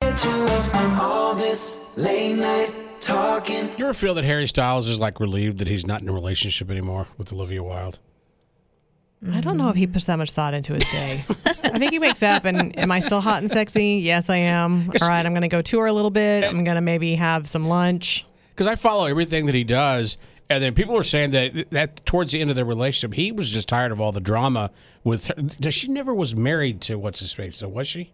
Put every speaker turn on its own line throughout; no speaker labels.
cut you off from all this late night talking.
You ever feel that Harry Styles is like relieved that he's not in a relationship anymore with Olivia Wilde?
I don't know if he puts that much thought into his day. I think he wakes up and am I still hot and sexy? Yes, I am. All right, I'm going to go tour a little bit. I'm going to maybe have some lunch.
Because I follow everything that he does, and then people were saying that that towards the end of their relationship, he was just tired of all the drama with her. She never was married to what's his face, so was she?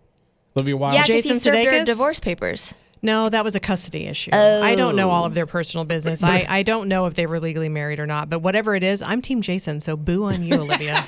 Olivia Wilde.
Yeah, because he
Um, Jason
served her
Sudeikis?
divorce papers.
No, that was a custody issue. I don't know all of their personal business. I, I don't know if they were legally married or not, but whatever it is, I'm Team Jason, so boo on you, Olivia.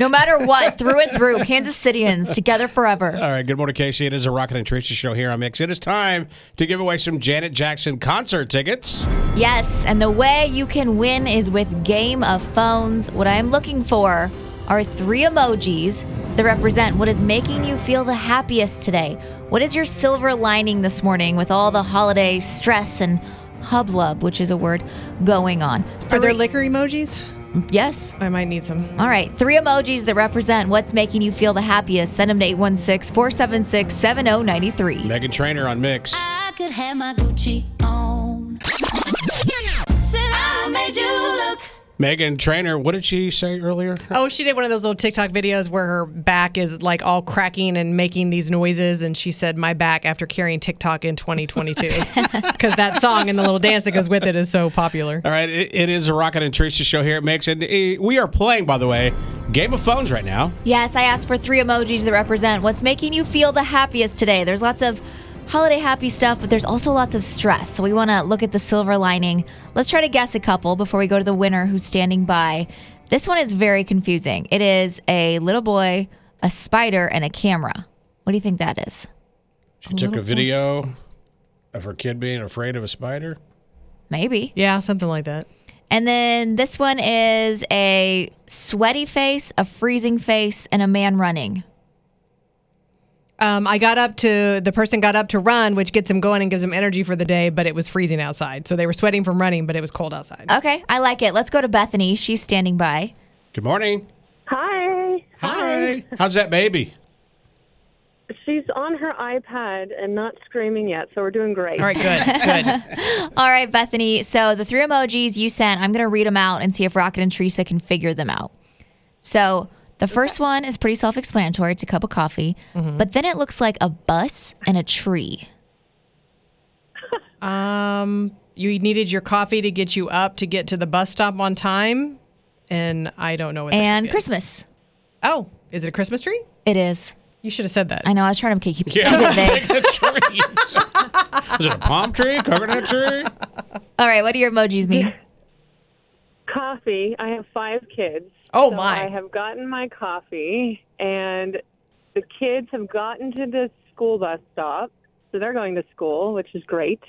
No matter what, through and through, Kansas Cityans together forever.
All right, good morning, Casey. It is a Rocket and Tracy show here on Mix. It is time to give away some Janet Jackson concert tickets.
Yes, and the way you can win is with Game of Phones. What I am looking for are three emojis that represent what is making you feel the happiest today. What is your silver lining this morning with all the holiday stress and hublub, which is a word, going on?
Are there liquor emojis?
Yes.
I might need some.
All right, three emojis that represent what's making you feel the happiest. Send them to 816 476 7093.
Megan Trainer on Mix.
I could have my Gucci on. Said I made you look.
Megan Trainer, what did she say earlier?
Oh, she did one of those little TikTok videos where her back is like all cracking and making these noises. And she said, My back after carrying TikTok in 2022. Because that song and the little dance that goes with it is so popular.
All right, it, it is a Rocket and Tracy show here at Mix, and eh, we are playing, by the way, Game of Phones right now.
Yes, I asked for three emojis that represent what's making you feel the happiest today. There's lots of holiday happy stuff, but there's also lots of stress. So we want to look at the silver lining. Let's try to guess a couple before we go to the winner who's standing by. This one is very confusing. It is a little boy, a spider, and a camera. What do you think that is?
She took a video of her kid being afraid of a spider.
Maybe.
Yeah, something like that.
And then this one is a sweaty face, a freezing face, and a man running.
Um, I got up to the person got up to run, which gets him going and gives him energy for the day, but it was freezing outside. So they were sweating from running, but it was cold outside.
Okay, I like it. Let's go to Bethany. She's standing by.
Good morning.
Hi.
Hi. How's that baby?
She's on her iPad and not screaming yet, so we're doing great.
All right, good, good.
All right, Bethany. So the three emojis you sent, I'm going to read them out and see if Rocket and Teresa can figure them out. So the first one is pretty self explanatory. It's a cup of coffee,
Mm-hmm.
but then it looks like a bus and a tree.
You needed your coffee to get you up to get to the bus stop on time, and I don't know what. the
and
tree is.
Christmas.
Oh, is it a Christmas tree?
It is.
You should have said that.
I know. I was trying to keep, keep
Yeah.
it vague.
Megan Trainer. Is it a palm tree, coconut tree?
All right, what do your emojis mean?
Coffee. I have five kids.
Oh,
So
my.
I have gotten my coffee, and the kids have gotten to the school bus stop, so they're going to school, which is great.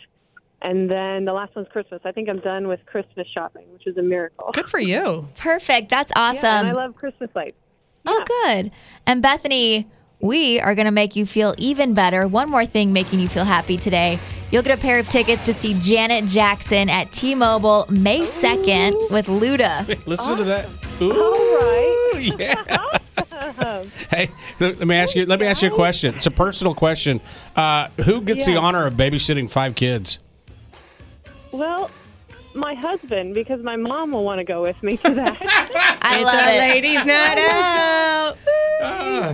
And then the last one's Christmas. I think I'm done with Christmas shopping, which is a miracle.
Good for you.
Perfect. That's awesome.
Yeah,
um,
and I love Christmas lights.
Oh, good. And Bethany, we are going to make you feel even better. One more thing making you feel happy today. You'll get a pair of tickets to see Janet Jackson at T Mobile May 2nd with Luda.
Listen to that. Ooh, yeah. hey, th- let me ask you. Let me ask you a question. It's a personal question. Uh, who gets the
Yeah.
honor of babysitting five kids?
Well, my husband, because my mom will want to go with me to that.
I love it.
Ladies'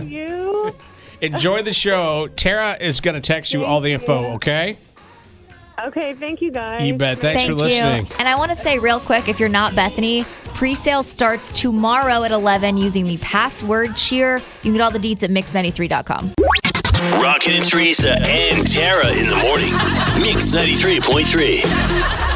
night out.
you.
Enjoy the show. Tara is going to text you all the info. Okay.
Okay, thank you guys.
You bet. Thanks
Thank
for listening.
you. And I want to say real quick if you're not Bethany, pre sale starts tomorrow at 11 using the password cheer. You can get all the deets at mix93.com.
Rocket and Teresa and Tara in the morning. Mix 93.3.